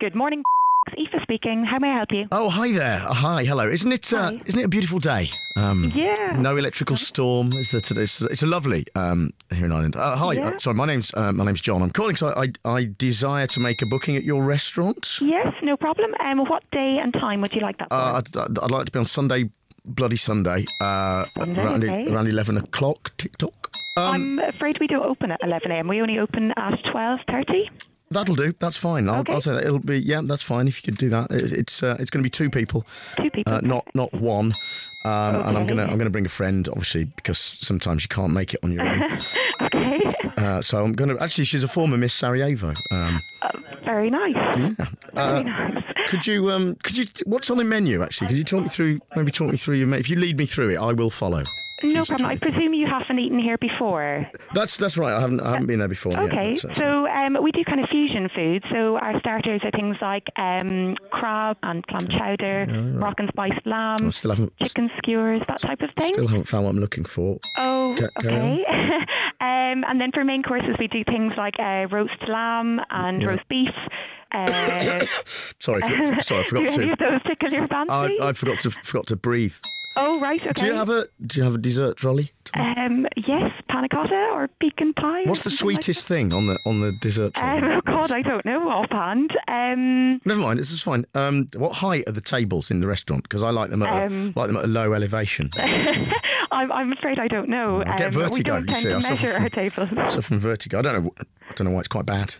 Good morning. Aoife speaking. How may I help you? Oh, hi there. Uh, Hi, hello. Isn't it? Uh, Hi. Isn't it a beautiful day? Um, Yeah. No electrical storm. Is that it's, it's a lovely um, here in Ireland. Uh, hi. Yeah. Uh, sorry, my name's uh, my name's John. I'm calling because I, I I desire to make a booking at your restaurant. Yes, no problem. Um, what day and time would you like that for? Uh, I'd, I'd, I'd like to be on Sunday, bloody Sunday, uh, Sunday, around, okay. around eleven o'clock. Tick tock. Um, I'm afraid we don't open at 11 a.m. We only open at 12:30. that'll do. That's fine. I'll, Okay. I'll say that it'll be. Yeah, that's fine if you could do that. It, it's uh, it's going to be two people. Two people. Uh, not not one. Um, And I'm Okay. gonna I'm gonna bring a friend, obviously, because sometimes you can't make it on your own. Okay. Uh, so I'm gonna actually, she's a former Miss Sarajevo. Um, Very nice. uh, Very nice. could you um, could you what's on the menu actually? Could you talk me through maybe talk me through your menu? If you lead me through it, I will follow. No she's problem. I 23. presume you haven't eaten here before. That's that's right. I haven't I haven't been there before. Okay, Yet, but, uh, so um, we do kind of fusion food. So our starters are things like um, crab and clam chowder, rock and spiced lamb, I still haven't chicken skewers, that type of thing. still haven't found what I'm looking for. Oh, Ca- carry on. okay. um, and then for main courses, we do things like uh, roast lamb and Yeah. roast beef. Uh, Sorry, for, sorry, I forgot do any to. of those tickle your I, fancy? I forgot to forgot to breathe. oh, right. Okay. Do you have a do you have a dessert trolley? um, yes, panna cotta or pecan pie. or What's the something like sweetest thing on the on the dessert that. trolley? Um, oh God, I don't know offhand. Um, Never mind, this is fine. Um, what height are the tables in the restaurant? Because I like them at Um, a, like them at a low elevation. I'm, I'm afraid I don't know. um, I get we vertigo, don't tend you see, to I suffer measure from- our tables. so from vertigo, I don't know. I don't know why it's quite bad.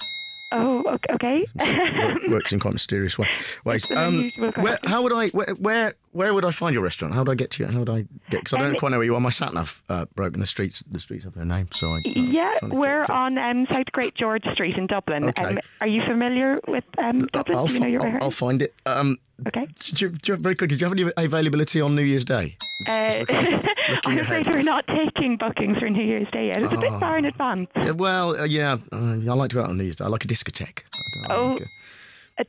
Oh, ok- okay. It works in quite mysterious way, ways. It's Um, an unusual where, question. how would I? Where, where where would I find your restaurant? How would I get to you? How would I get? Because I don't Um, quite know where you are. My sat nav uh, broke, and the streets the streets have their name. So I, I'm Yeah, trying to get we're to- on um, South Great George Street in Dublin. Okay. Um, are you familiar with um, Dublin? I'll, Do you know your way I'll, I'll around? find it. Um, Okay. did you, do you, very quickly, do you have any availability on New Year's Day? Uh, I'm afraid ahead. Ah, we're not taking bookings for New Year's Day yet. It's a bit far in advance. Yeah, well, uh, yeah, uh, I like to go out on New Year's Day. I like a discotheque. I, I Oh. like a-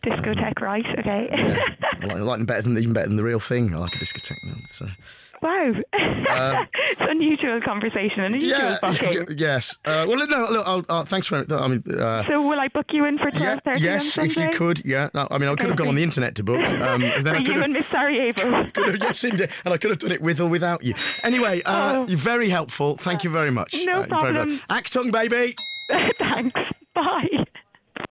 A Um, discotheque, right? Okay. I like, I like them better than even better than the real thing. I like a discotheque. Now, so. wow. it's an unusual conversation, an unusual Um, Yeah, booking. y- yes. Uh, well, no, look, I'll, uh, thanks for. I mean, uh, So will I book you in for yeah, 12.30 on yes, if you Sunday? could. Yeah, No, I mean, I could have gone on the internet to book. Um, and then for I could you and have. Miss Sarajevo. Could have, yes, indeed. And I could have done it with or without you. Anyway, uh, Oh. you're very helpful. Thank you very much. No Uh, you're very- very- problem. Actung, baby. Thanks. Bye.